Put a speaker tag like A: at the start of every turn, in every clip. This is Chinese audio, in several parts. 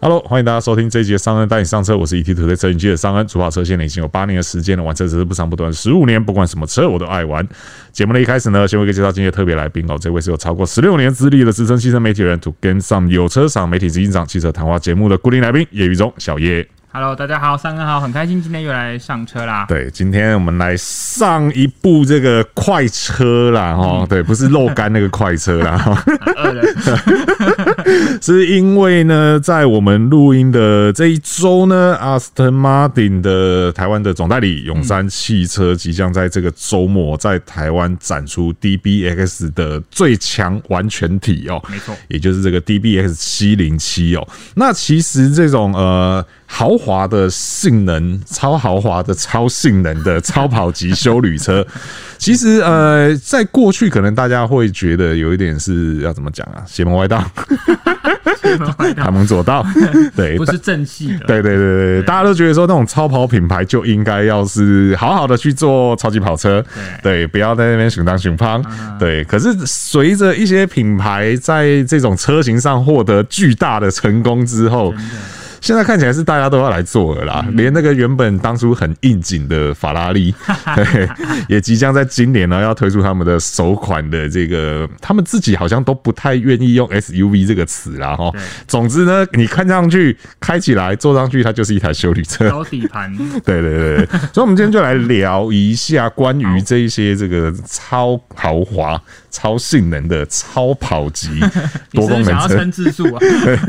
A: Hello，欢迎大家收听这一集的商恩带你上车，我是 E ET 土 o 车云机的商恩，主跑车现在已经有八年的时间了，玩车只是不长不短，十五年，不管什么车我都爱玩。节目的一开始呢，先为各位介绍今天的特别来宾哦，这位是有超过十六年资历的资深汽车媒体人，To Game 上有车赏媒体执行长、汽车谈话节目的固定来宾叶宇中小叶。
B: Hello，大家好，三哥好，很开心今天又来上车啦。
A: 对，今天我们来上一部这个快车啦，哈，对，不是肉干那个快车啦，哈
B: 很饿了，
A: 是因为呢，在我们录音的这一周呢，Aston Martin 的台湾的总代理永山汽车即将在这个周末在台湾展出 DBX 的最强完全体哦，
B: 没错
A: 也就是这个 DBX 七零七哦。那其实这种呃豪华的性能、超豪华的超性能的超跑级修旅 车，其实呃，在过去可能大家会觉得有一点是要怎么讲啊，邪门歪道。寒门左 道，对，
B: 不是正戏的。
A: 对对对对，大家都觉得说那种超跑品牌就应该要是好好的去做超级跑车，对，不要在那边熊当熊胖，
B: 嗯
A: 对。可是随着一些品牌在这种车型上获得巨大的成功之后，现在看起来是大家都要来做了
B: 嗯
A: 啦，连那个原本当初很应景的法拉 利， 对，也即将在今年呢要推出他们的首款的这个，他们自己好像都不太愿意用 SUV 这个词啦哈。总之呢，你看上去开起来坐上去，它就是一台修理 车。
B: 高底 盘，
A: 对对对对，所以我们今天就来聊一下关于这一些这个超豪华、超性能的超跑级
B: 你
A: 多功
B: 是不是想
A: 能
B: 要
A: 车。
B: 称字数啊？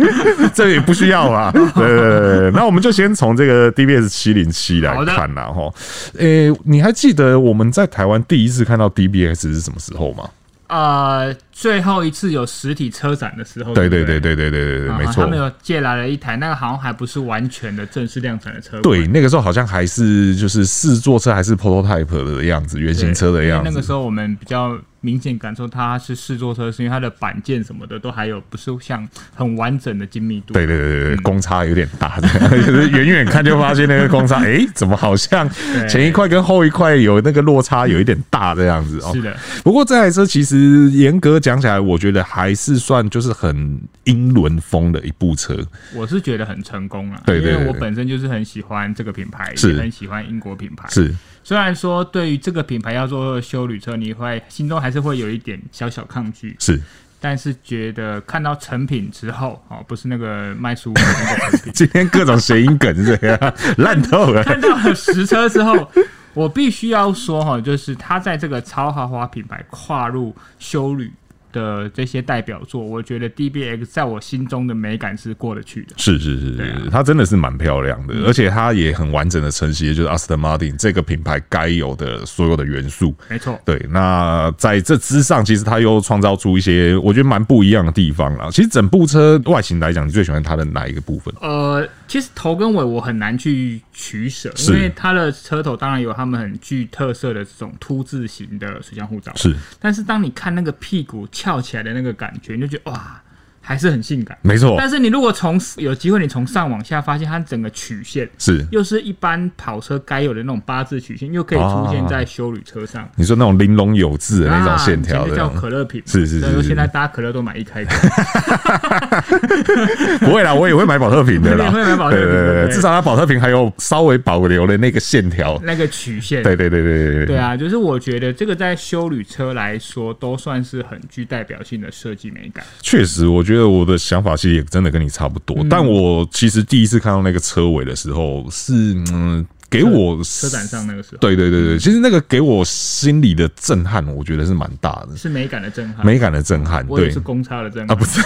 A: 这也不需要啊。对对对对，那我们就先从这个 DBS 七零七来
B: 好的
A: 看啦。哈。诶、你还记得我们在台湾第一次看到 DBS 是什么时候吗？
B: 呃，最后一次有实体车展的时候，
A: 对对
B: 对
A: 对
B: 不，
A: 对对对对对，
B: 啊
A: 没
B: 他
A: 错
B: 们。有借来了一台，那个好像还不是完全的正式量产的车款。
A: 对，那个时候好像还是就是试坐车，还是 prototype 的样子，原
B: 对，
A: 型车的
B: 因为
A: 样
B: 那个
A: 子。
B: 时候我们比较明显感受它是试坐车，是因为它的板件什么的都还有不是像很完整的精密度。
A: 对对对
B: 嗯
A: 对对，公差有点大， 这样就是远远看就发现那个公差，诶，怎么好像
B: 对
A: 前一块跟后一块有那个落差有一点大这样子哦。
B: 是的，
A: 不过这台车其实严格讲起来，我觉得还是算就是很英伦风的一部车。
B: 我是觉得很成功了，
A: 对对
B: 因为
A: 对
B: 我本身就是很喜欢这个品牌，
A: 是
B: 也很喜欢英国品牌。
A: 是，
B: 虽然说对于这个品牌要做修旅车，你会心中还是会有一点小小抗拒，
A: 是，，
B: 但是觉得看到成品之后，哦，不是那个卖书的那个成品
A: 今天各种谐音梗是这样，烂透了。
B: 看到了实车之后， 我必须要说哈，就是它在这个超豪华品牌跨入修旅。的这些代表作，我觉得 DBX 在我心中的美感是过得去的。
A: 是是是
B: 对啊嗯
A: 是，它真的是蛮漂亮的，而且它也很完整的承袭，就是 Aston Martin 这个品牌该有的所有的元素。
B: 没错，
A: 对，那在这之上，其实它又创造出一些我觉得蛮不一样的地方啦。其实整部车外形来讲，你最喜欢它的哪一个部分？
B: 呃，其实头跟尾我很难去取舍，
A: 是
B: 因为它的车头当然有他们很具特色的这种凸字型的水箱护罩，
A: 是，
B: 但是当你看那个屁股翘起来的那个感觉，你就觉得哇，还是很性感。
A: 没错，
B: 但是你如果从有机会，你从上往下发现它整个曲线。
A: 是。
B: 又是一般跑车该有的那种八字曲线，又可以出现在修旅车上，
A: 你说那种玲珑啊有致的那种
B: 啊
A: 线条
B: 以
A: 的
B: 前就
A: 那
B: 叫
A: 种，
B: 可乐瓶嘛，
A: 是是是
B: 对
A: 是
B: 现在大家可乐都买一开罐，
A: 不会啦，我也会买保特瓶的啦，
B: 你也会买保特瓶
A: 对对
B: 对
A: 对
B: 不
A: 对，
B: 对
A: 至少它保特瓶还有稍微保留了那个线条。
B: 那个曲线，
A: 对对对对对
B: 对啊，就是我觉得这个在修旅车来说，都算是很具代表性的设计美感。
A: 确实，我觉得我的想法其实也真的跟你差不
B: 嗯
A: 多。但我其实第一次看到那个车尾的时候，是嗯，给我
B: 车展上嗯那个时候，
A: 对对对对，其实那个给我心里的震撼，我觉得是蛮大的，
B: 是美感的震撼，
A: 美感的震撼。
B: 嗯我也
A: 对
B: 是，公差的震
A: 啊，
B: 撼
A: 不是，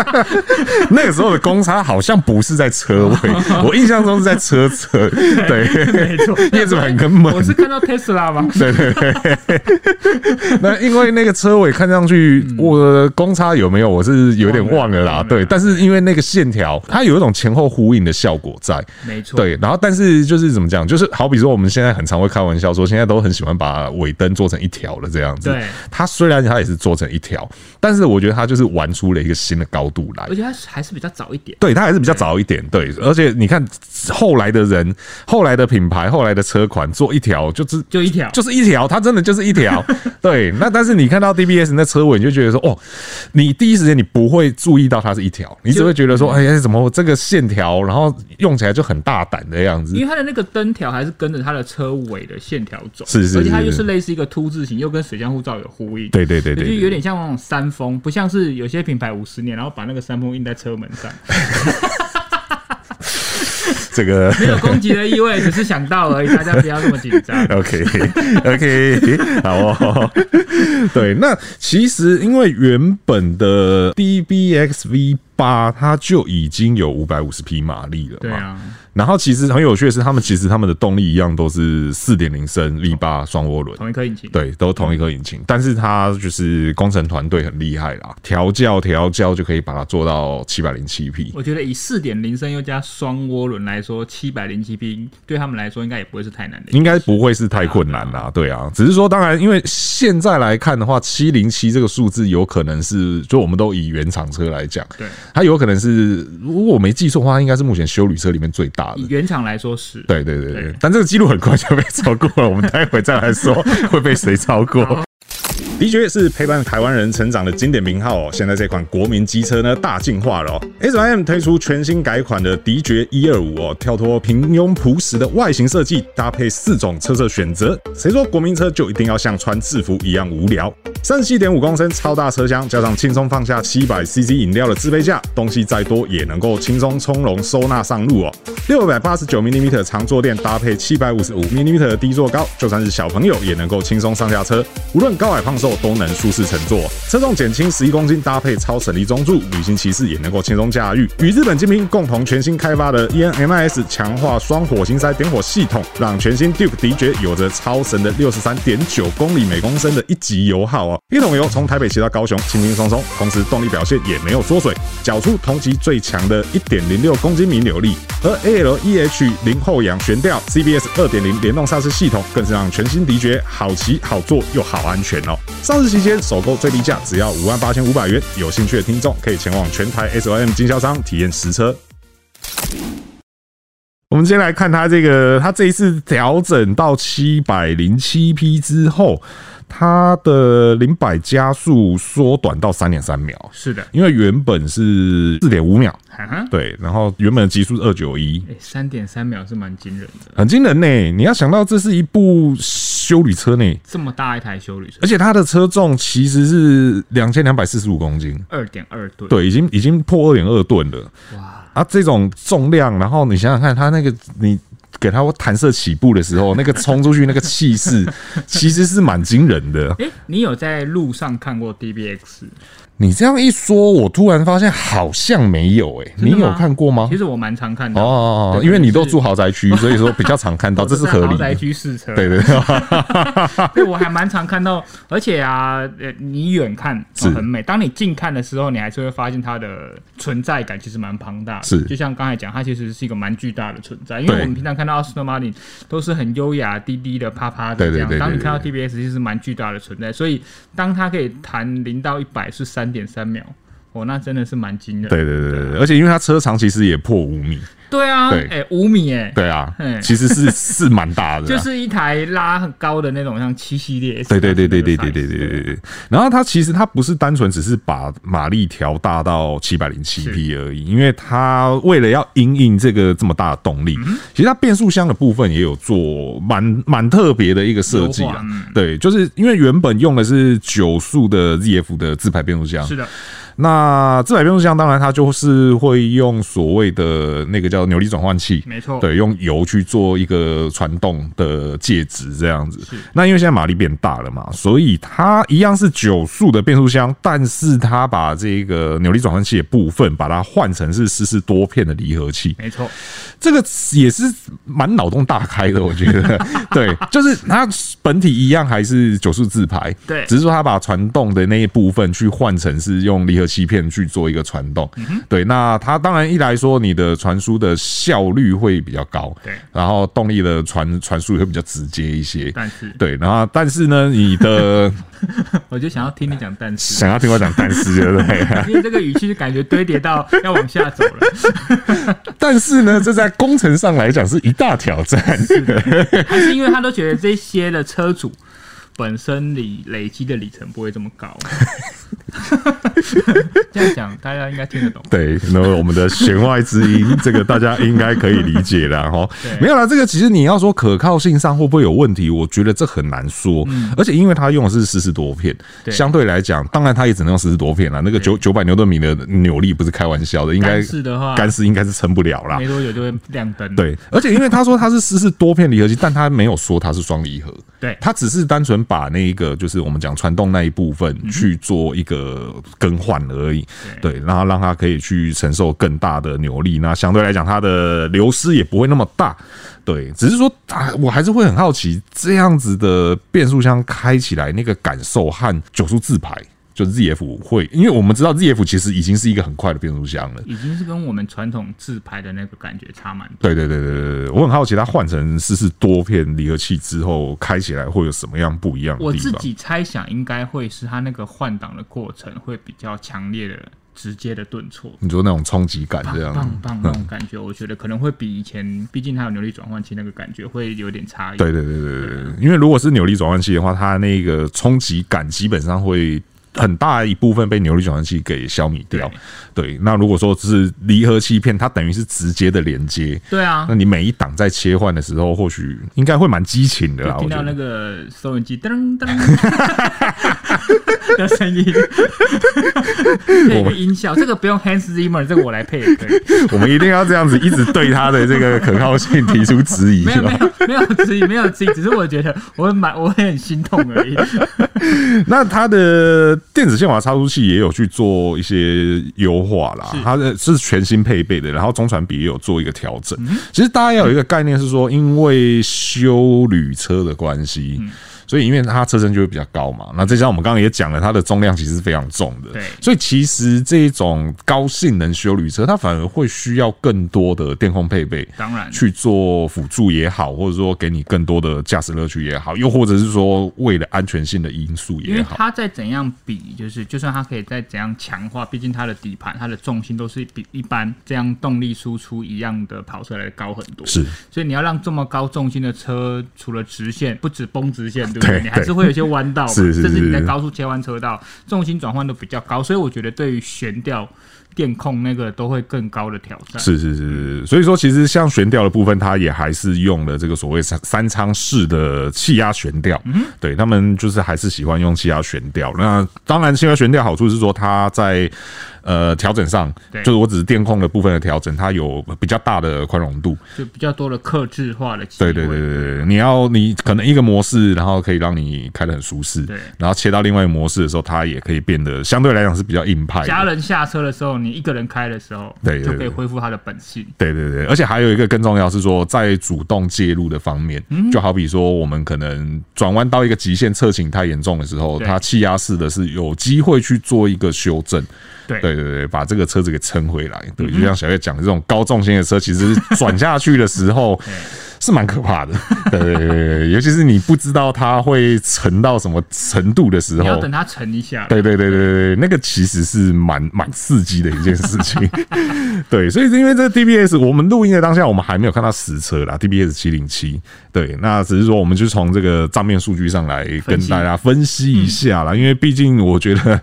A: 那个时候的公差好像不是在车 位，我印象中是在车侧，对，
B: 没错，
A: 叶子板跟门
B: 我是看到 Tesla 吗？
A: 对对对， 那因为那个车尾看上去，我的公差有没有，我是有点忘了
B: 嗯忘
A: 啦。
B: 了
A: 对，但是因为那个线条，它有一种前后呼应的效果在。
B: 没错，
A: 对，然后但是就是就是怎么讲，就是好比说我们现在很常会开玩笑说，现在都很喜欢把尾灯做成一条了这样子。
B: 对
A: 它虽然它也是做成一条，但是我觉得它就是玩出了一个新的高度来
B: 而。且它还是比较早一点。
A: 对，它还是比较早一点，对，而且你看后来的人、后来的品牌、后来的车款做一条，就是
B: 就一条
A: 就是一条，它真的就是一 条。对，那但是你看到 DBS 那车尾，你就觉得说，哦，你第一时间你不会注意到它是一条，你只会觉得说，哎呀，怎么这个线条，然后用起来就很大胆的样子
B: 因。为它的那个灯条还是跟着它的车尾的线条走，
A: 是是
B: 而且它
A: 是
B: 又
A: 是
B: 是类似一个凸字形，又跟水箱护罩有呼应，
A: 对对对对
B: 就
A: 对
B: 有点像那种山峰，不像是有些品牌五十年，然后把那个山峰印在车门上，
A: 这个。
B: 没有攻击的意味，只是想到而已，大家不要那么紧张
A: OK OK，好 哦。对，那其实因为原本的 DBX V 八它就已经有五百五十匹马力了
B: 对
A: 嘛。
B: 啊，
A: 然后其实很有趣的是，他们其实他们的动力一样都是四点零升 V 八双涡轮。
B: 同一颗引擎，
A: 对，都同一颗引擎，但是它就是工程团队很厉害啦，调教调教就可以把它做到七百零七匹。
B: 我觉得以四点零升又加双涡轮来说，七百零七匹对他们来说应该也不会是太难的。
A: 应该不会是太困难啦，对啊，只是说，当然，因为现在来看的话，七零七这个数字有可能是，就我们都以原厂车来讲，
B: 对，
A: 它有可能是，如果我没记错的话，应该是目前修理车里面最大的
B: 以。原厂来说是，
A: 对对对对
B: 对，
A: 但这个记录很快就被超过了，我们待会再来说会被谁超过。的确是陪伴台湾人成长的经典名号哦。现在这款国民机车呢大进化了哦，S&M 推出全新改款的迪爵一二五哦，跳脱平庸朴实的外形设计，搭配四种车色选择。谁说国民车就一定要像穿制服一样无聊？三十七点五公升超大车厢，加上轻松放下七百 CC 饮料的自备架，东西再多也能够轻松从容收纳上路哦。六百八十九 m m 长坐垫搭配七百五十五 m m 的低坐高，就算是小朋友也能够轻松上下车，无论高矮胖瘦都能舒适乘坐。车重减轻十一公斤，搭配超省力中柱，旅行骑士也能够轻松驾驭。与日本精品共同全新开发的 E ENMIS 强化双火星塞点火系统，让全新 Duke 迪爵有着超神的六十三点九公里每公升的一级油耗哦。一桶油从台北骑到高雄，轻轻松松，同时动力表现也没有缩水，缴出同级最强的一点零六公斤米扭力。而 ALEH E 零后仰悬吊 CBS 二点零联动刹车系统，更是让全新迪爵好骑、好坐又好安全哦。上市期间首购最低价只要五万八千五百元，有兴趣的听众可以前往全台 SOM 经销商体验实车。我们先来看它这个，它这一次调整到七百零七匹之后，它的零百加速缩短到三点三秒，
B: 是的，
A: 因为原本是四点五秒，
B: 哈哈，
A: 对，然后原本的极速二九一，
B: 哎，三点三秒是蛮惊人的，
A: 很惊人呢、你要想到这是一部修理车呢、
B: 这么大一台修理车
A: 而，且它的车重其实是两千两百四十五公斤，
B: 二点二吨，
A: 对，已经已经破二点二吨了。
B: 哇，
A: 啊，这种重量，然后你想想看，它那个你给它弹射起步的时候，那个冲出去那个气势， 其实是蛮惊人的。
B: 哎，你有在路上看过 DBX？
A: 你这样一说，我突然发现好像没有诶、欸你
B: 真的吗
A: 有看过吗
B: 其？实我蛮常看
A: 哦
B: 到的，
A: 哦哦，
B: 对
A: 因为你
B: 可能
A: 都
B: 是
A: 住豪宅 区，所以说比较常看到，这是合理
B: 我在豪宅
A: 的。
B: 区试车，
A: 对对对，
B: 对，我还蛮常看到，而且啊，呃，你远看、
A: 是
B: 哦、很美，当你近看的时候，你还是会发现它的存在感其实蛮庞大的。
A: 是
B: 就像刚才讲，它其实是一个蛮巨大的存在，因为
A: 对
B: 我们平常看到 Aston Martin 都是很优雅、低低的、啪啪
A: 对
B: 的
A: 对
B: 这样
A: 对，对
B: 当你
A: 对
B: 看到 TBS 其实蛮巨大的存在，所以当它可以弹零到一百是三点三秒。哦，那真的是蛮惊人。
A: 对对对对对，而且因为它车长其实也破五米，
B: 对啊，
A: 对
B: 哎，五米哎，
A: 对啊
B: 嗯，
A: 其实是是蛮大的啊，
B: 就是一台拉很高的那种，像七系列。
A: 对对对对对对对对对对对。然后它其实它不是单纯只是把马力调大到七百零七匹而已，因为它为了要因应这个这么大的动
B: 嗯
A: 力，其实它变速箱的部分也有做蛮蛮特别的一个设计
B: 优化嗯
A: 啊。对，就是因为原本用的是九速的 ZF 的自排变速箱，
B: 是的，
A: 那自排变速箱当然它就是会用所谓的那个叫扭力转换器，
B: 没错
A: 对，用油去做一个传动的介质这样子
B: 是。
A: 那因为现在马力变大了嘛，所以它一样是九速的变速箱，但是它把这个扭力转换器的部分把它换成是湿式多片的离合器，
B: 没错。
A: 这个也是蛮脑洞大开的，我觉 得。对，就是它本体一样还是九速自排，
B: 对
A: 只是说它把传动的那一部分去换成是用离合个漆片去做一个传动。
B: 嗯
A: 对，那它当然一来说，你的传输的效率会比较高，
B: 对
A: 然后动力的传传输也会比较直接一些。
B: 但是
A: 对，然后但是呢，你 的
B: 我就想要听你讲但是，
A: 想要听我讲但是对不 对？
B: 因为这个语气就感觉堆叠到要往下走了，
A: 但是呢，这在工程上来讲是一大挑战。
B: 还是因为他都觉得这些的车主本身里累积的里程不会这么高。 这样讲大家应该听得懂。
A: 对，那我们的弦外之 音，这个大家应该可以理解啦。哈。
B: 对
A: 没有啦，这个其实你要说可靠性上会不会有问题，我觉得这很难说。而且因为它用的是十四多片，
B: 嗯对
A: 相对来讲，当然它也只能用十四多片啦。那个九九百牛顿米的扭力不是开玩笑的，应该
B: 干式的话
A: 干式应该是撑不了啦
B: 没。多久就会亮灯。
A: 对，而且因为他说他是十四多片离合器，但他没有说它是双离合。
B: 对，
A: 它只是单纯把那一个就是我们讲传动那一部分去做一个更换而已，对，然后让它可以去承受更大的扭力，那相对来讲它的流失也不会那么大，对，只是说啊，我还是会很好奇这样子的变速箱开起来那个感受和九速自排。就 ZF 会，因为我们知道 ZF 其实已经是一个很快的变速箱了，
B: 已经是跟我们传统自拍的那个感觉差蛮多。
A: 对对对对对对，我很好奇它换成四四多片离合器之后开起来会有什么样不一样的地
B: 我
A: 方。
B: 自己猜想应该会是它那个换挡的过程会比较强烈的、直接的顿挫，
A: 你说那种冲击感这样，嗯
B: 棒棒那种感觉，我觉得可能会比以前，毕竟它有扭力转换器那个感觉会有点差异。
A: 对对对对对对，因为如果是扭力转换器的话，它那个冲击感基本上会。很大一部分被扭力转换器给消弭掉，对。那如果说是离合器片，它等于是直接的连接，
B: 对啊
A: 那，你每一档在切换的时候，或许应该会蛮激情的啦。我
B: 听
A: 觉
B: 到那
A: 得
B: 个收音机噔 噔的声 音，配个音效，这个不用 Hans Zimmer，这个我来配也可以。
A: 我们一定要这样子，一直对它的这个可靠性提出质疑
B: 没有
A: 吧
B: 没。有没有质疑，没有质疑，只是我觉得我蛮我很心痛而已。
A: 那它的电子宪法插入器也有去做一些优化啦，它的是全新配备的，然后中传比也有做一个调整。其实大家要有一个概念是说，因为修旅车的关系。所以，因为它车身就会比较高嘛，那再加上我们刚刚也讲了，它的重量其实是非常重的，
B: 对
A: 所以其实这种高性能修旅车，它反而会需要更多的电控配备，
B: 当然
A: 去做辅助也好，或者说给你更多的驾驶乐趣也好，又或者是说为了安全性的因素
B: 因
A: 也
B: 为
A: 好，
B: 它再怎样比，就是就算它可以再怎样强化，毕竟它的底盘、它的重心都是比一般这样动力输出一样的跑车来得高很多。
A: 是，
B: 所以你要让这么高重心的车，除了直线，不止崩直线，对不对？
A: 对
B: 你还是会有一些弯道嘛，
A: 是是
B: 甚至你在
A: 是
B: 高速切换车道，重心转换都比较高，所以我觉得对于悬吊、电控那个都会更高的挑战。
A: 是是是是，所以说其实像悬吊的部分，它也还是用了这个所谓三三仓式的气压悬吊，对他们就是还是喜欢用气压悬吊。那当然，气压悬吊好处是说它在呃调整上，
B: 对
A: 就是我只是电控的部分的调整，它有比较大的宽容度。
B: 就比较多的克制化的机
A: 对
B: 会。
A: 对对对对，你要你可能一个模式，然后可以让你开得很舒适
B: 对，
A: 然后切到另外一个模式的时候，它也可以变得相对来讲是比较硬派的。
B: 家人下车的时候，你一个人开的时候，
A: 对对对
B: 就可以恢复它的本性。
A: 对对对，而且还有一个更重要是说，在主动介入的方面，
B: 嗯
A: 就好比说我们可能转弯到一个极限，侧倾太严重的时候，
B: 对
A: 它气压式的是有机会去做一个修正。
B: 对嗯
A: 对对对，把这个车子给撑回来。对，就像小月讲的，这种高重心的车，其实转下去的时 候是蛮可怕的。对对对对对，尤其是你不知道它会沉到什么程度的时
B: 你要
A: 候
B: 等。它沉一下。
A: 对对对对对，对那个其实是蛮蛮刺激的一件事情。 对，所以因为这个 DBS，我们录音的当下，我们还没有看到实车啦，DBS 七零七。对，那只是说我们就从这个账面数据上来跟
B: 分析嗯
A: 大家分析一下啦，因为毕竟我觉得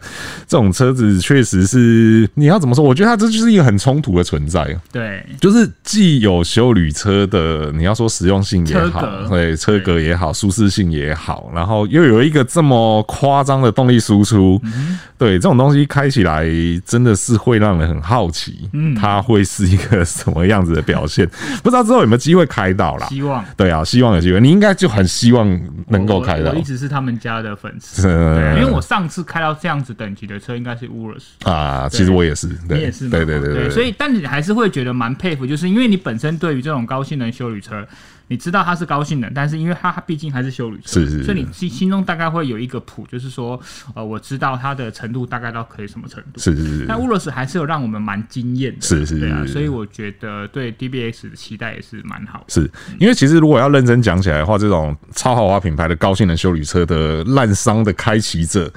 A: 这种车子确实是你要怎么说？我觉得它这就是一个很冲突的存在啊。
B: 对
A: 就是既有修旅车的，你要说实用性也好
B: 车格，
A: 对车格也好，舒适性也好，然后又有一个这么夸张的动力输出，
B: 嗯
A: 对这种东西开起来真的是会让人很好奇，
B: 嗯
A: 它会是一个什么样子的表现？ 不知道之后有没有机会开到啦？
B: 希望
A: 对啊，希望有机会，你应该就很希望能够开
B: 我
A: 到
B: 我。一直是他们家的粉丝，
A: 嗯
B: 对，因为我上次开到这样子等级的车应该是 Urus，
A: 啊，其实我也是，
B: 你
A: 对，
B: 也是嘛
A: 对对对
B: 对，所以但你还是会觉得蛮佩服，就是因为你本身对于这种高性能修旅车。你知道它是高性能，但是因为它它毕竟还是修旅车，
A: 是是是
B: 哦所以你心心中大概会有一个谱，就是说，呃，我知道它的承度大概到可以什么程度。
A: 是是是
B: 那乌罗斯还是有让我们蛮惊艳的，
A: 是是
B: 对啊，
A: 是
B: 所以我觉得对 DBX 的期待也是蛮好的。
A: 是因为其实如果要认真讲起来的话，这种超豪华品牌的高性能修理车的烂伤的开启者，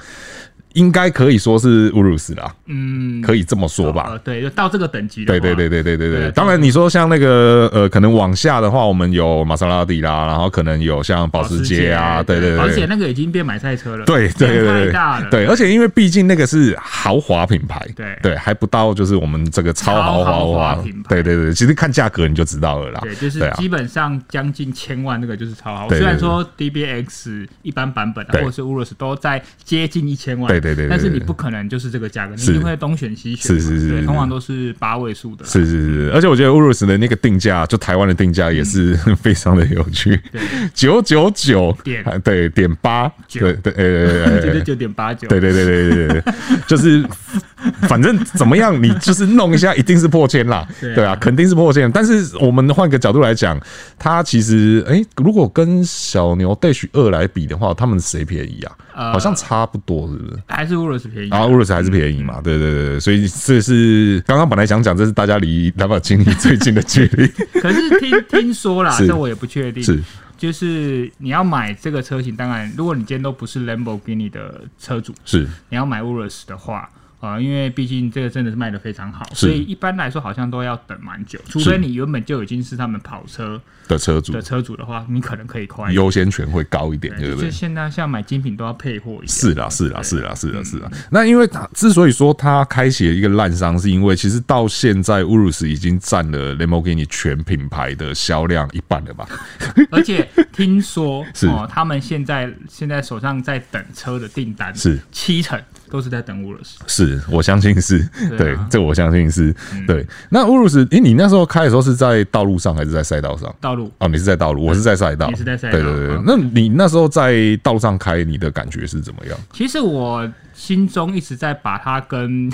A: 应该可以说是乌鲁斯啦，
B: 嗯，
A: 可以这么说吧
B: 呃，。对，就到这个等级的
A: 对
B: 话，
A: 对对对对对
B: 啊对
A: 对，
B: 对
A: 当然你说像那个呃，可能往下的话，我们有玛莎拉蒂啦，然后可能有像保
B: 保
A: 时
B: 时
A: 捷啊，对对
B: 而且
A: 对，
B: 那个已经变买菜车了，
A: 对对对
B: 量
A: 对
B: 太大了，
A: 对，而且因为毕竟那个是豪华品牌，
B: 对
A: 对，还不到就是我们这个超豪
B: 超豪
A: 华
B: 华品牌
A: 对对对，其实看价格你就知道了啦，
B: 对，就是
A: 对啊
B: 基本上将近千万，那个就是超好。
A: 对对
B: 虽然说 DBX 一般版本啊
A: 对
B: 或者是 Urus 都在接近一千万，啊
A: 对对对对
B: 但是你不可能就是这个价格，你
A: 是
B: 一定会东选西选嘛，
A: 是是是
B: 对
A: 是
B: 通常都是八位数的啊啦。
A: 是是是，而且我觉得 Urus 的那个定价，就台湾的定价也是 非常的有趣，九九九
B: 嗯点
A: 对点八，
B: 九
A: 对对呃，
B: 九九九点八 九，啊
A: 对对对对对对对，就是反正怎么样，你就是弄一下，一定是破千啦，
B: 对啊
A: 对啊，肯定是破千。但是我们换个角度来讲，它其实哎、如果跟小牛 Dash 二来比的话，他们谁便宜啊？
B: 呃
A: 好像差不多，是不是？
B: 还是 Urus 便宜
A: 然。后 Urus 还是便宜嘛，对对对对，所以这是刚刚本来想讲，这是大家离蓝宝经理最近的距 离，
B: 可是听听说啦，
A: 是
B: 这我也不确定。
A: 是
B: 就是你要买这个车型，当然，如果你今天都不是 Lamborghini 的车主，
A: 是
B: 你要买 Urus 的话，啊，因为毕竟这个真的是卖的非常好，
A: 是
B: 所以一般来说好像都要等蛮久，除非你原本就已经是他们跑车
A: 的车主
B: 的车主的话，你可能可以快一点。
A: 优先权会高一点，对不
B: 就
A: 对
B: 是？现在像买精品都要配货一下，
A: 是啦，是啦，是啦，
B: 嗯
A: 是啦，是啦。那因为它之所以说它开启了一个烂伤，是因为其实到现在 Urus 已经占了 Lamborghini 全品牌的销量一半了吧？
B: 而且听说
A: 是
B: 哦，他们现在现在手上在等车的订单
A: 是
B: 七成都是在等 Urus，
A: 是我相信是
B: 对
A: 对
B: 啊，嗯
A: 这我相信是对。那 Urus，诶，你那时候开的时候是在道路上还是在赛道上？
B: 道路
A: 哦，你是在道路，我是在赛道，
B: 你是在赛道
A: 对对对对
B: 嗯，
A: 那你那时候在道路上开，你的感觉是怎么样？
B: 其实我心中一直在把它 跟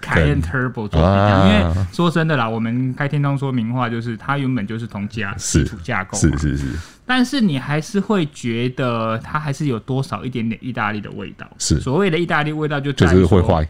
B: 凯宴 Turbo 做比较，
A: 啊
B: 因为说真的啦，我们开天窗说明话，就是它原本就是同家
A: 是
B: 基础架构
A: 是
B: 嘛，
A: 是是
B: 但是你还是会觉得它还是有多少一点点意大利的味道。
A: 是
B: 所谓的意大利味道就
A: 就
B: 在
A: 是
B: 于
A: 会
B: 说，
A: 坏，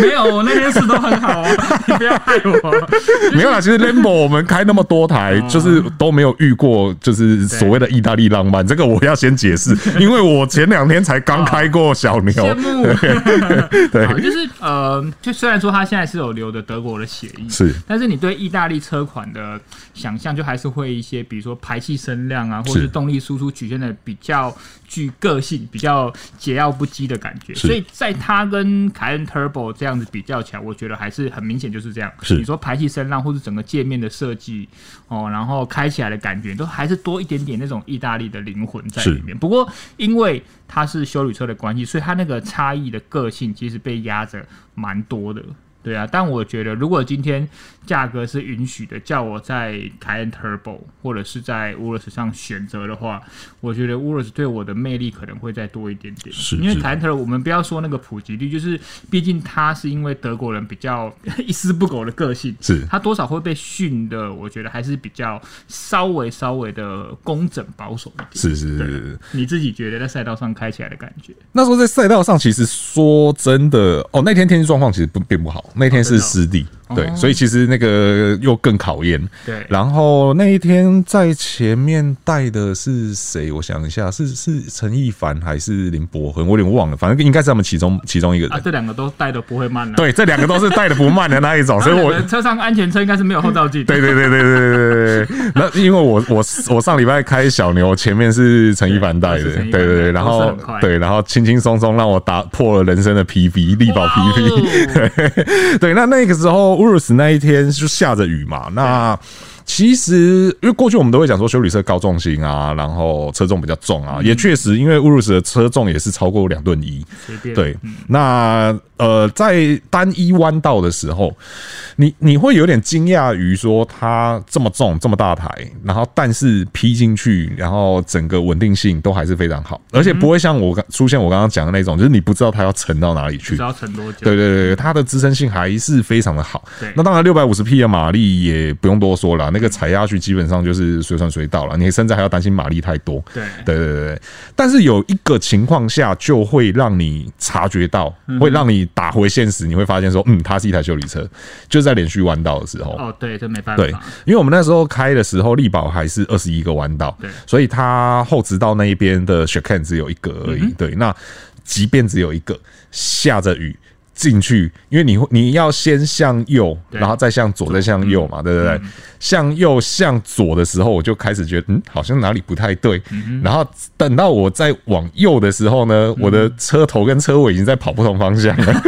B: 没有，我那些事都很好哦， 你不要害我。
A: 没有啦。其实 Lambo 我们开那么多台，
B: 嗯
A: 就是都没有遇过，就是所谓的意大利浪漫。这个我要先解 释，因为我前两天才刚开过小牛。
B: 羡慕， 好就是呃，就虽然说它现在是有留的德国的血液，
A: 是
B: 但是你对意大利车款的想象，就还是会一些，比如说排气声量啊，或
A: 是
B: 者是动力输出曲线的比较具个性、比较桀骜不羁的感觉。所以在它跟凯恩 Turbo 这样子比较起来，我觉得还是很明显就是这样。
A: 是
B: 你说排气声浪，或是整个界面的设计哦，然后开起来的感觉，都还是多一点点那种意大利的灵魂在里面。不过因为它是修旅车的关系，所以它那个差异的个性其实被压着蛮多的。对啊，但我觉得如果今天价格是允许的，叫我在凯恩 Turbo 或者是在 Urus 上选择的话，我觉得 Urus 对我的魅力可能会再多一点点。
A: 是
B: 因为
A: 是
B: 凯恩 Turbo 我们不要说那个普及率，就是毕竟它是因为德国人比较 一丝不苟的个性，
A: 是
B: 它多少会被训的，我觉得还是比较稍微稍微的工整保守一点。
A: 是是是，
B: 你自己觉得在赛道上开起来的感觉？
A: 那时候在赛道上，其实说真的，哦，那天天气状况其实不并不好，那天是
B: 真的哦
A: 湿地，对，所以其实那个又更考验。
B: 对
A: 然后那一天在前面带的是谁？我想一下，是是陈亦凡还是林柏恒？我有点忘了，反正应该是他们其中其中一个人。
B: 啊，这两个都带的不会慢了、啊。，啊
A: 对，这两个都是带的不慢的那一种，所以我。
B: 车上安全车应该是没有后照镜。
A: 对对对对对对对对，那因为我我我上礼拜开小牛，前面是陈一凡带的，
B: 哦对是陈
A: 对
B: 一凡
A: 对对，
B: 带
A: 然
B: 都是
A: 后
B: 很快
A: 对，然后轻轻松松让我打破了人生的 PB 力保
B: 哇
A: PB，、
B: 哦，
A: 对，那那个时候乌鲁斯那一天就下着雨嘛，那。其实，因为过去我们都会讲说修理车高重心啊，然后车重比较重啊，也确实，因为乌鲁斯的车重也是超过两吨一。
B: 随便
A: 对，那呃，在单一弯道的时候，你你会有点惊讶于说它这么重这么大台，然后但是劈进去，然后整个稳定性都还是非常好，
B: 嗯
A: 而且不会像我刚出现我刚刚讲的那种，就是你不知道它要沉到哪里
B: 不
A: 去
B: 知。道沉多久。
A: 对对对，它的支撑性还是非常的好
B: 对。
A: 那当然，六百五十匹的马力也不用多说了，那个踩下去基本上就是随传随到了，你甚至还要担心马力太多。
B: 对
A: 对对对对，但是有一个情况下就会让你察觉到，会让你打回现实，你会发现说，嗯，它是一台修理车，就是在连续弯道的时候。
B: 哦，对，这没办
A: 对
B: 法，，
A: 因为我们那时候开的时候，力宝还是二十一个弯道
B: 对，
A: 所以它后直道那一边的 chicane 只有一个
B: 嗯
A: 而已。对，那即便只有一个，下着雨进去，因为你会你要先向右，
B: 对嗯
A: 然后再向左，再向右嘛，对不对？向右向左的时候，我就开始觉得，嗯，好像哪里不太对。
B: 嗯
A: 然后等到我再往右的时候呢，我的车头跟车尾已经在跑不同方向 了。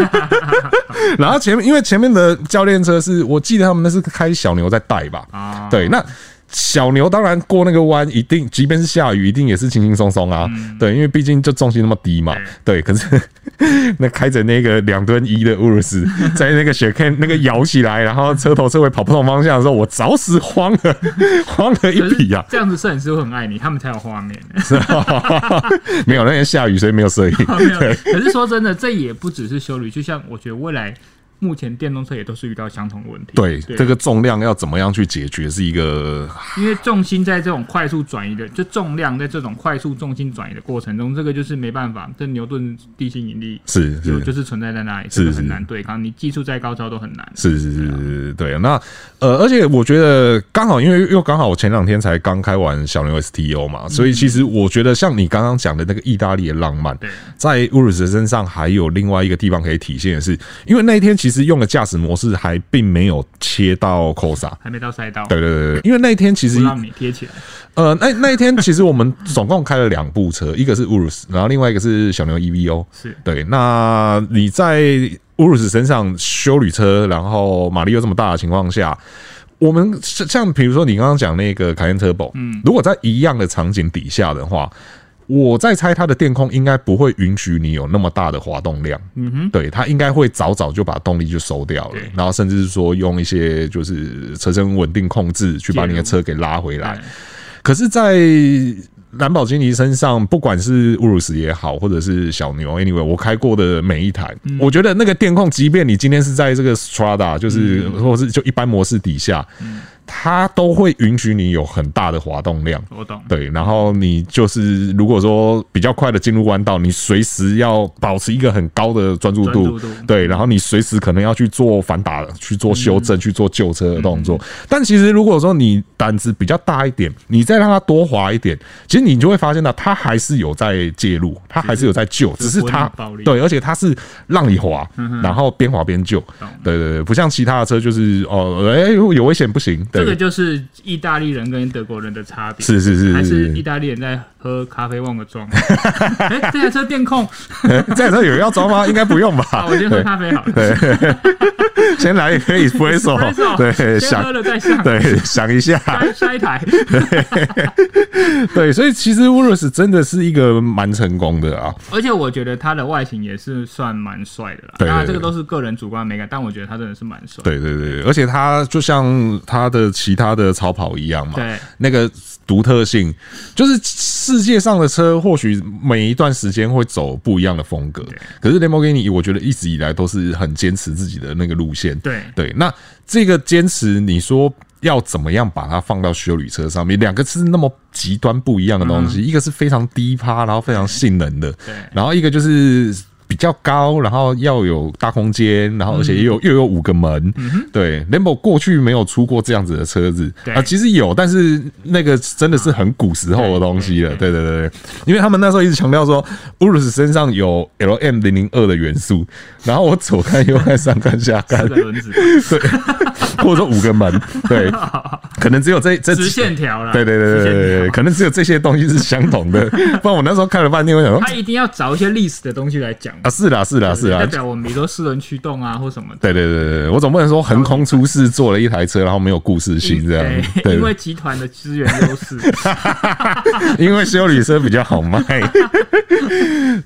A: 然后前面，因为前面的教练车是我记得他们那是开小牛在带吧，
B: 啊
A: 对，那小牛当然过那个弯，一定即便是下雨，一定也是轻轻松松啊，对，因为毕竟就重心那么低嘛，对。可是 那开着那个两吨一的乌鲁斯，在那个雪看 那个摇起来，然后车头车尾跑不同方向的时候，我着实慌了， 慌了一啊
B: 可是
A: 匹 呀、
B: 这样子摄影师会很爱你，他们才有画面。
A: 啊！ 没有那天下雨，所以没有摄影。
B: 没有，可是说真的，这也不只是修理，就像我觉得未来目前电动车也都是遇到相同的问题。
A: 对，
B: 对
A: 这个重量要怎么样去解决，是一个
B: 因为重心在这种快速转移的，就重量在这种快速重心转移的过程中，这个就是没办法，这牛顿地心引力
A: 是
B: 就是就是存在在那里，
A: 是
B: 这个很
A: 是
B: 难对抗，你技术再高超都很难。
A: 是是是是，对。那呃，而且我觉得刚好，因为又刚好我前两天才刚开完小牛 STO
B: 嗯
A: 嘛，所以其实我觉得像你刚刚讲的那个意大利的浪漫
B: 对，
A: 在乌鲁斯身上还有另外一个地方可以体现的是，因为那一天其实用的驾驶模式还并没有切到 Cosa。
B: 还没到赛道，
A: 对对对对，因为那一天其实
B: 不让你贴起来。
A: 呃，那那一天其实我们总共开了两部车，一个是乌鲁斯，然后另外一个是小牛 E EVO。
B: 是
A: 对，那你在乌鲁斯身上修旅车，然后马力又这么大的情况下，我们像像比如说你刚刚讲那个凯宴 Turbo，嗯，如果在一样的场景底下的话。我在猜它的电控应该不会允许你有那么大的滑动量，嗯哼，对，它应该会早早就把动力就收掉了
B: 对，
A: 然后甚至是说用一些就是车身稳定控制去把你的车给拉回来
B: 对。
A: 可是，在兰博基尼身上，不管是乌鲁斯也好，或者是小牛，anyway，我开过的每一台，我觉得那个电控，即便你今天是在这个 Strada，就是、或是就一般模式底下，它都会允许你有很大的滑动量。
B: 我懂。
A: 对，然后你就是如果说比较快的进入弯道，你随时要保持一个很高的专注
B: 专
A: 度，
B: 注度
A: 对，然后你随时可能要去做反打、去做修
B: 嗯
A: 正、去做救车的动作。但其实如果说你胆子比较大一点，你再让它多滑一点，其实你就会发现到它还是有在介入，它还是有在救，只
B: 是
A: 是
B: 不会那
A: 它
B: 么暴力
A: 对，而且它是让你滑，
B: 嗯
A: 然后边滑边救。对对对，不像其他的车就是哦，哎、有危险不行。
B: 这个
A: 对，
B: 就是意大利人跟德国人的差别。
A: 是是是
B: 还
A: 是
B: 是
A: 是
B: 意大利人在喝咖啡忘 了装。哎、这台车电控
A: 这台车有人要装吗？应该不用吧？
B: 啊，我先喝
A: 对
B: 咖啡 好了。
A: 先来一个 espresso，对，
B: 先喝
A: 想
B: 了再上。
A: 对想一下，
B: 下一下一台，
A: 对，所以其实 Urus 真的是一个蛮成功的啊，
B: 而且我觉得它的外形也是算蛮帅的啦。
A: 对对对
B: 当然这个都是个人主观美感，但我觉得它真的是蛮帅。
A: 对对对，而且它就像它的其他的超跑一样嘛，
B: 对
A: 那个独特性，就是世界上的车或许每一段时间会走不一样的风格，可是 Lamborghini 我觉得一直以来都是很坚持自己的那个路线，
B: 对
A: 对，那这个坚持，你说要怎么样把它放到修理车上面？两个是那么极端不一样的东西，一个是非常低趴，然后非常性能的，
B: 对
A: 然后一个就是。比较高，然后要有大空间，然后而且又有、又有五个门，对 l a m b o 过去没有出过这样子的车子
B: 对
A: 啊，其实有，但是那个真的是很古时候的东西了，啊对对对对，因为他们那时候一直强调说乌鲁斯身上有 LM 零零二的元素，然后我左看右看上看下看
B: 四，个轮子，
A: 对， 或者说五个门， 对，可能只有这这
B: 直线条啦。
A: 对对对对
B: 直线啊
A: 对
B: 条
A: 对，可能只有这些东西是相同 的，不然我那时候看了半天，我想说
B: 他一定要找一些历史的东西来讲，
A: 啊，是啦是啦是啦
B: 代，表我们比如说四轮驱动啊或什么的。
A: 对对对对对，我总不能说横空出世做了一台车，然后没有故事性这样，
B: 嗯对，因为集团的资源优势，
A: 因为修理车比较好 卖。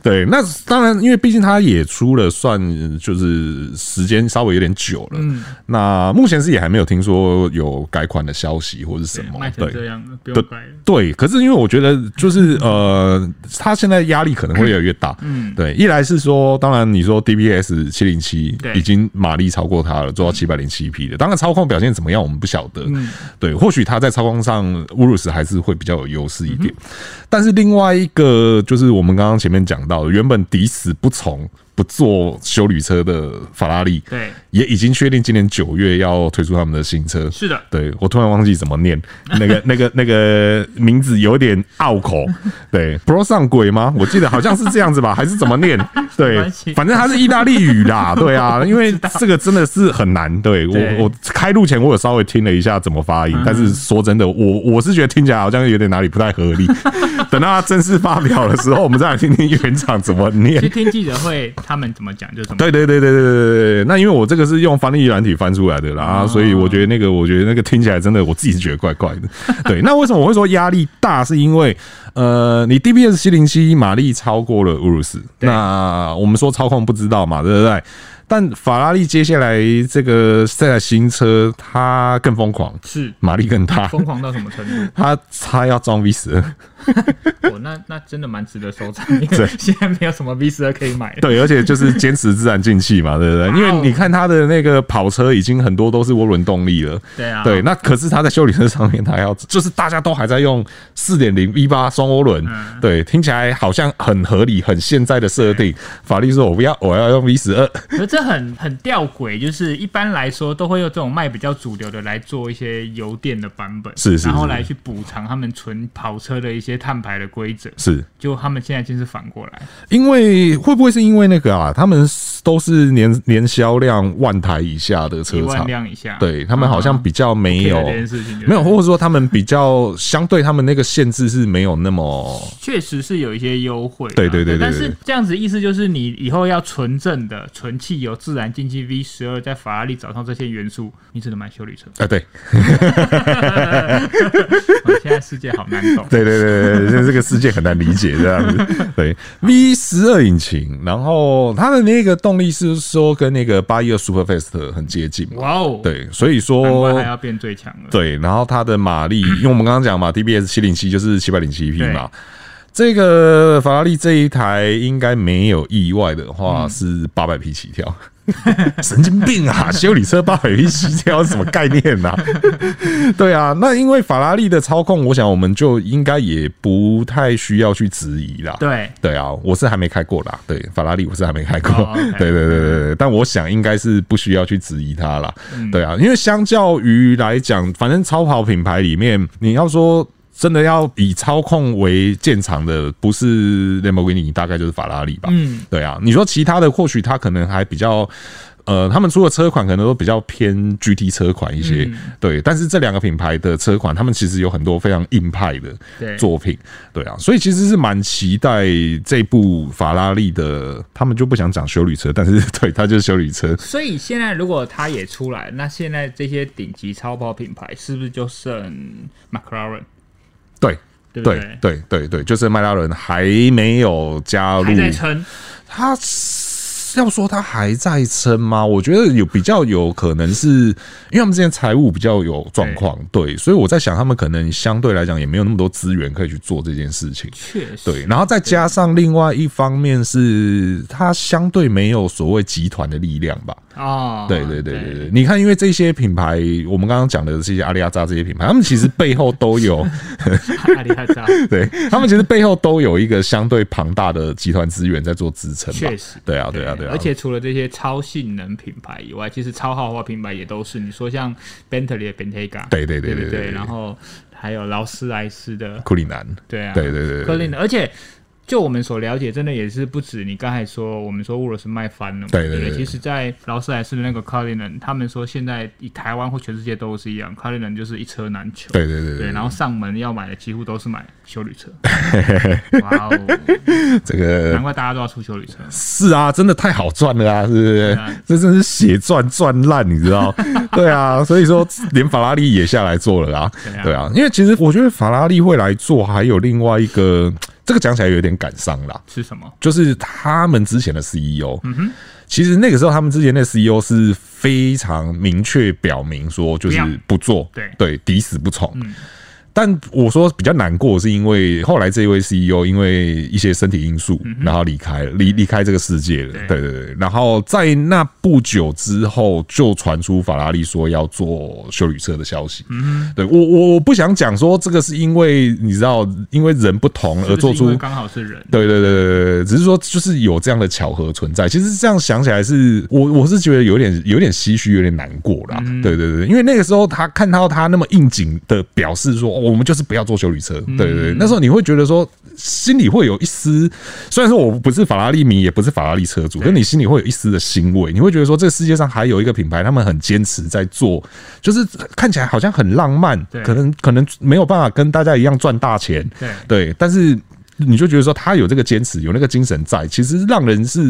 A: 对，那当然，因为毕竟它也出了算就是时间稍微有点久了，
B: 嗯
A: 那目前是也还没有听说有改款的消息或是 什么
B: 卖，成
A: 对。
B: 这样了，不用改了。
A: 对，可是因为我觉得就是呃，他现在压力可能会越来越大。嗯，对，一来是说，当然你说 DBS 七零七
B: 对嗯
A: 已经马力超过它了，做到七百零七匹了。当然操控表现怎么样，我们不晓得。对，或许它在操控上，乌鲁斯还是会比较有优势一点。
B: 嗯
A: 但是另外一个就是我们刚刚前面讲到的，原本抵死不从。不做修旅车的法拉利，
B: 对
A: 也已经确定今年九月要推出他们的新车。
B: 是的
A: 对我突然忘记怎么念那个那个那个名字有点拗口，对，Pro 上轨吗？我记得好像是这样子吧，还是怎么念？
B: 没
A: 对
B: 关系，
A: 反正它是意大利语啦，对啊，因为这个真的是很难。对
B: 对嗯
A: 我我开路前我有稍微听了一下怎么发音，但是说真的，我我是觉得听起来好像有点哪里不太合理。 等到它正式发表的时候，我们再来听听原厂怎么念
B: 去。听记者会他们怎么讲就怎么。
A: 对对对对对对对对，那因为我这个是用翻译软体翻出来的啦，啊所以我觉得那个我觉得那个听起来真的我自己是觉得怪怪的。对，那为什么我会说压力大？是因为呃，你 DBS 七零七马力超过了乌鲁斯，那我们说操控不知道嘛，对不对？但法拉利接下来这个这台新车，它更疯狂，
B: 是
A: 马力更大，
B: 疯狂到什么程度？
A: 它它要装 V 十二。
B: 哦，那那真的蛮值得收藏，因为 现在没有什么 V 十二可以买了。
A: 对，而且就是坚持自然进气嘛，对不对？因
B: 哦
A: 为你看它的那个跑车已经很多都是涡轮动力了，
B: 对啊
A: 对。那可是它在修理车上面，它要就是大家都还在用四点零 V 八双涡轮，
B: 嗯
A: 对，听起来好像很合理、很现在的设定。法律说我不要，我要用 V 十二，
B: 可是这很很吊诡，就是一般来说都会用这种卖比较主流的来做一些油电的版本，
A: 是是是
B: 然后来去补偿他们纯跑车的一些碳排的规则。
A: 是。
B: 就他们现在就是反过来，
A: 因为会不会是因为那个啊？他们都是年年销量万台以下的
B: 一
A: 车
B: 万
A: 厂，
B: 辆以嗯下，啊
A: 对他们好像比较没有
B: 这件事情就是
A: 没有，或者说他们比较相对他们那个限制是没有那么
B: 确实是有一些优惠啊，
A: 对对对对对
B: 但是这样子意思就是，你以后要纯正的纯汽油、自然进气 V 十二，在法拉利找上这些元素，你只能买修理车。
A: 啊，对
B: 哦现在世界好难懂。
A: 对对对对，对，现在这个世界很难理解这样子。对 V 十二引擎，然后它的那个动力是说跟那个八一二 Super Fast 很接近嘛，
B: 哇哦，，
A: 对，所以
B: 难怪还
A: 说
B: 要变最强了。
A: 对，然后它的马力，因为我们刚刚讲嘛，DBS 七零七就是七百零七匹嘛。这个法拉利这一台应该没有意外的话是八百匹起跳， 神经病啊！修理车八百匹起跳是什么概念啊？ 对啊，那因为法拉利的操控，我想我们就应该也不太需要去质疑啦。
B: 对
A: 对啊，我是还没开过啦。对，法拉利我是还没开过。
B: 哦，OK
A: 对对对对对，但我想应该是不需要去质疑它啦。
B: 嗯
A: 对啊，因为相较于来讲，反正超跑品牌里面，你要说。真的要以操控为建厂的，不是 Lamborghini，大概就是法拉利吧。
B: 嗯，
A: 对啊。你说其他的，或许它可能还比较，呃，他们出的车款可能都比较偏 GT 车款一些。
B: 嗯
A: 对，但是这两个品牌的车款，他们其实有很多非常硬派的
B: 对
A: 作作品，对啊，所以其实是蛮期待这部法拉利的。他们就不想讲修理车，但是对，它就是修理车。
B: 所以现在如果它也出来，那现在这些顶级超跑品牌是不是就剩 McLaren，
A: 对，
B: 对不
A: 对，对，对，对，就是迈拉伦还没有加入
B: 还，在撑，
A: 他要说他还在撑吗？我觉得有比较有可能是，因为他们之前财务比较有状况，对，所以我在想，他们可能相对来讲也没有那么多资源可以去做这件事情。
B: 确实。
A: 对，然后再加上另外一方面是，它相对没有所谓集团的力量吧。
B: 哦，
A: 对对对对对，你看，因为这些品牌，我们刚刚讲的这些阿里亚扎这些品牌，他们其实背后都有，
B: 对，阿里哈扎，
A: 对啊他们其实背后都有一个相对庞大的集团资源在做支撑吧。
B: 确实
A: 对啊，对啊，对啊，
B: 而且除了这些超性能品牌以外，其实超豪华品牌也都是。你说像 Bentley 的 Bentayga，
A: 对对
B: 对
A: 对对
B: 对，然后还有劳斯莱斯的，
A: 库里南，
B: 对啊，
A: 对对对对
B: 科林的，而且。就我们所了解，真的也是不止你刚才说，我们说沃罗斯卖翻了嘛？
A: 对对
B: 对
A: 对
B: 不
A: 对
B: 其实，在劳斯莱斯的那个 c o l i n 他们说现在以台湾或全世界都是一样 c o l i n 就是一车难求。
A: 对对对
B: 对，
A: 对，
B: 然后上门要买的几乎都是买修 旅车。哇哦，
A: 这 个
B: 难怪大家都要出修 旅车。
A: 是啊，真的太好赚了啊，是不是？这真是血赚赚烂，你知 道？对啊，所以说连法拉利也下来做了啊
B: 对啊，
A: 对啊，因为其实我觉得法拉利会来做，还有另外一个，这个讲起来有点感伤啦，
B: 是什么？
A: 就是他们之前的 CEO，嗯哼，其实那个时候他们之前的 CEO 是非常明确表明说，就是
B: 不要
A: 不做，
B: 对嗯
A: 对，抵死不从。但我说比较难过，是因为后来这一位 CEO 因为一些身体因素，然后离开了，离离开这个世界了。对
B: 嗯对
A: 对对。然后在那不久之后，就传出法拉利说要做修旅车的消息。
B: 嗯
A: 对我我我不想讲说这个是因为你知道，因为人不同而
B: 是不
A: 做
B: 是因
A: 出
B: 为刚好是人，
A: 对对对对对对，只是说就是有这样的巧合存在。其实这样想起来是，我我是觉得有点有点唏嘘，有点难过啦。
B: 嗯
A: 对对对，因为那个时候他看到他那么应景的表示说，哦我们就是不要做修理车。对对
B: 嗯
A: 对，那时候你会觉得说，心里会有一丝，虽然说我不是法拉利迷，也不是法拉利车主，但你心里会有一丝的欣慰，你会觉得说，这个世界上还有一个品牌，他们很坚持在做，就是看起来好像很浪漫，
B: 对
A: 可能可能没有办法跟大家一样赚大钱，
B: 对
A: 对，但是你就觉得说他有这个坚持，有那个精神在，其实让人是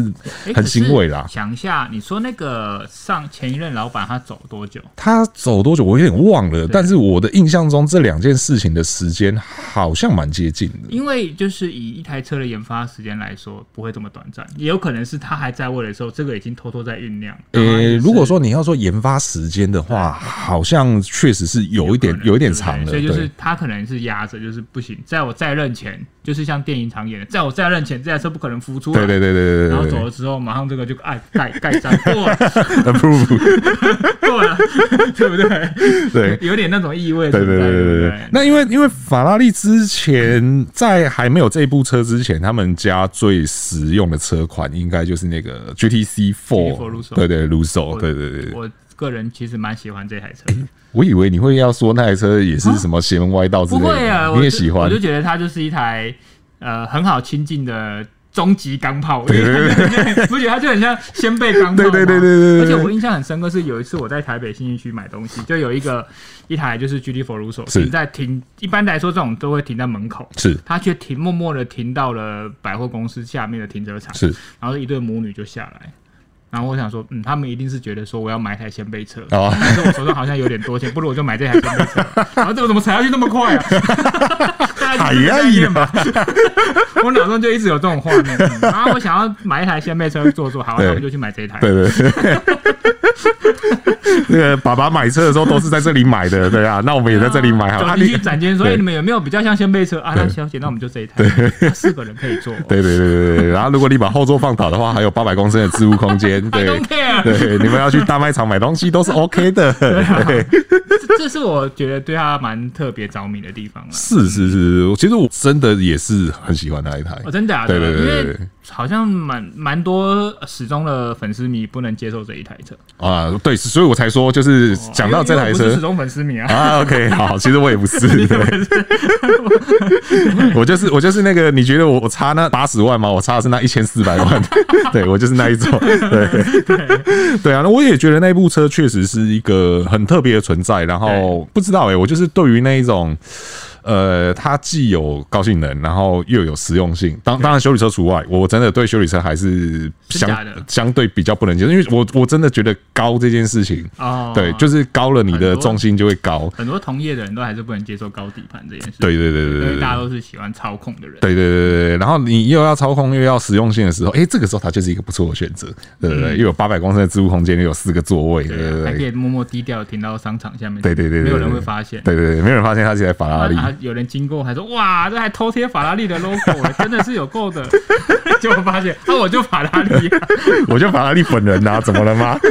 B: 诶
A: 很欣慰啦
B: 可是。想一下，你说那个上前一任老板他走多久？
A: 他走多久我有点忘了，但是我的印象中这两件事情的时间好像蛮接近的。
B: 因为就是以一台车的研发时间来说，不会这么短暂，也有可能是他还在位的时候，这个已经偷偷在酝酿。
A: 呃、
B: 然后也是
A: 如果说你要说研发时间的话，好像确实是有一点
B: 可能
A: 有一点
B: 对不对
A: 长了，
B: 所以
A: 对。
B: 就是他可能是压着，就是不行，在我在任前，就是像电影常演的，在我在任前，这台车不可能孵出来。
A: 对对对对
B: 然后
A: 对对
B: 走了之后，马上这个就哎盖盖章过了
A: 对，approve，
B: 过了，对不对？
A: 对，
B: 有点那种意味
A: 对
B: 存在。
A: 对对对对对。那因为因为法拉利之前在还没有这部车之前，他们家最实用的车款应该就是那个 GTC
B: Lusso
A: Four，对对，Lusso，对对对嗯对。
B: 我个人其实蛮喜欢这台车，
A: 我以为你会要说那台车也是什么邪门歪道之
B: 不
A: 类
B: 会啊，
A: 的，
B: 我
A: 你也
B: 就
A: 喜
B: 我
A: 欢
B: 就。觉得它就是一台呃很好亲近的终极钢炮，
A: 对对对
B: 对， 不觉得它就很像先辈钢炮吗？
A: 对对对对对对
B: 而且我印象很深刻是有一次我在台北信义区买东西，就有一个一台就是 GT For Russo
A: 是
B: 停在停，一般来说这种都会停在门口，
A: 是
B: 他却停默默的停到了百货公司下面的停车场，
A: 是
B: 然后一对母女就下来。然后我想说，嗯，他们一定是觉得说我要买一台掀背车，
A: 哦
B: 但是我手上好像有点多钱，不如我就买这台掀背 车。然后这个怎么踩下去那么快啊？大概
A: 哎
B: 就是这个概念吧。我脑中就一直有这种画面。嗯然后我想要买一台掀背车坐坐，好，
A: 对
B: 那我就去买这一台。
A: 对对对。 那个爸爸买车的时候都是在这里买的，对啊，那我们也在这里买好了。
B: 走
A: 啊
B: 进
A: 你
B: 去展间，所以
A: 对
B: 你们有没有比较像掀背车啊？那
A: 对
B: 小姐，那我们就这一台，啊四个人可以坐。
A: 对对对对对，然后如果你把后座放倒的话，还有八百公升的置物空 间。
B: I
A: 对
B: don't care。
A: 对，你们要去大卖场买东西 都是 OK 的。
B: 啊
A: 对，
B: 这是我觉得对他蛮特别着迷的地方了。 啊
A: 是是是，我其实我真的也是很喜欢那一台。
B: 哦，真的啊，
A: 对对对对
B: 因为
A: 对
B: 好像蛮蛮多始终的粉丝迷不能接受这一台车。哦
A: 啊，对，所以我才说，就是讲到这台
B: 因为我不是始
A: 车。
B: 终粉丝迷啊，
A: 啊，OK，好，其实我也不 是，对我就是我就是那个，你觉得我我差那八十万吗？我差的是那一千四百万， 对我就是那一 种，对对啊，那我也觉得那部车确实是一个很特别的存在，然后不知道哎、我就是对于那一种。呃，它既有高性能，然后又有实用性。当当然，修理车除外，我真的对修理车还是
B: 是
A: 相
B: 假的
A: 相对比较不能接受，因为我我真的觉得高这件事情，
B: 哦，
A: 啊对，就是高了你的
B: 很多
A: 重心就会高。
B: 很多同业的人都还是不能接受高底盘这件事。，
A: 对对对对
B: 因
A: 对
B: 为
A: 对
B: 大家都是喜欢操控的人。
A: 对对对对对，然后你又要操控又要实用性的时候，哎、这个时候它就是一个不错的选择，对
B: 嗯
A: 对对，又有八百公升的置物空间，又有四个座位，对对
B: 啊还
A: 对
B: 可以默默低调地停到商场下面。
A: 对对对对
B: 没有人会发现。
A: 对对对，没有人发现它是台法拉利，
B: 啊！有人经过还说：“哇，这还偷贴法拉利的 logo，、欸、真的是有够的。” 结果发现，那、啊、我就法拉利、啊。
A: 我就法拉利本人呐、啊怎么了吗？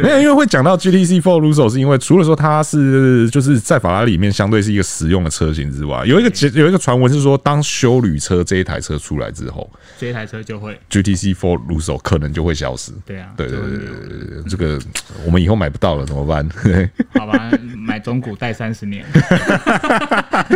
A: 没有，因为会讲到 GTC Four Lusso，是因为除了说它是就是在法拉利里面相对是一个实用的车型之
B: 嗯
A: 外，有一个结有一个传闻是说，当修旅车这一台车出来之后
B: 这一台车就会，
A: ，GTC Four Lusso 可能就会消失。
B: 对啊，
A: 对对
B: 就
A: 对
B: 会
A: 对
B: 有
A: 对对，这个我们以后买不到了怎么办？ 对
B: 好吧，买中古贷三十年，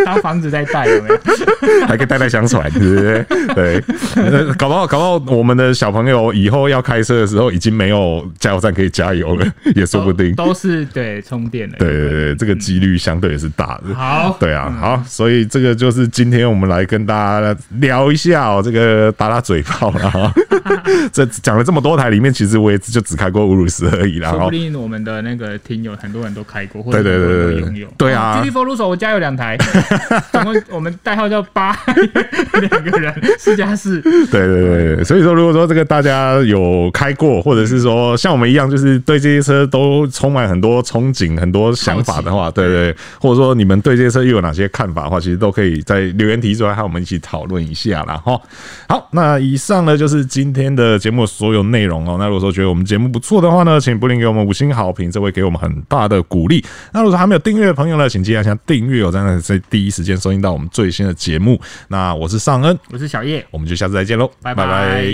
B: 当房子在贷有没有？
A: 还可以代代相传，对不 对？对，呃搞不好搞不好我们的小朋友以后要开车的时候，已经没有加油站可以加油了，也说不定。
B: 都都是对充电的。
A: 对对对，这个几率相对也是大的。
B: 好
A: 对啊，好，所以这个就是今天我们来跟大家聊一下哦，这个打打嘴炮啦。 哈这讲了这么多台里面，其实我也只就只开过乌鲁斯而已啦。
B: 说
A: 哦
B: 不，定我们的那个听友很多人都开过，或
A: 对
B: 者
A: 对
B: 很多人
A: 对对
B: 都拥
A: 对
B: 有。
A: 对啊
B: g t Four Lusso 我家有两台，总共我们代号叫八， 两个人四加四。
A: 对对对，对所以说如果说这个大家有开过，或者是说像我们一样就是对这些车都充满很多憧憬、很多想法的话，对对，或者说你们对这些车又有哪些看法的话，其实都可以在留言提出来，和我们一起讨论一下啦。哈。好，那以上呢就是今天的节目所有内容哦。那如果说觉得我们节目不错的话呢，请不吝给我们五星好评，这会给我们很大的鼓励。那如果说还没有订阅的朋友呢，请记得先订阅哦，这样在第一时间收听到我们最新的节目。那我是尚恩，
B: 我是小叶，
A: 我们就下次再见喽，
B: 拜拜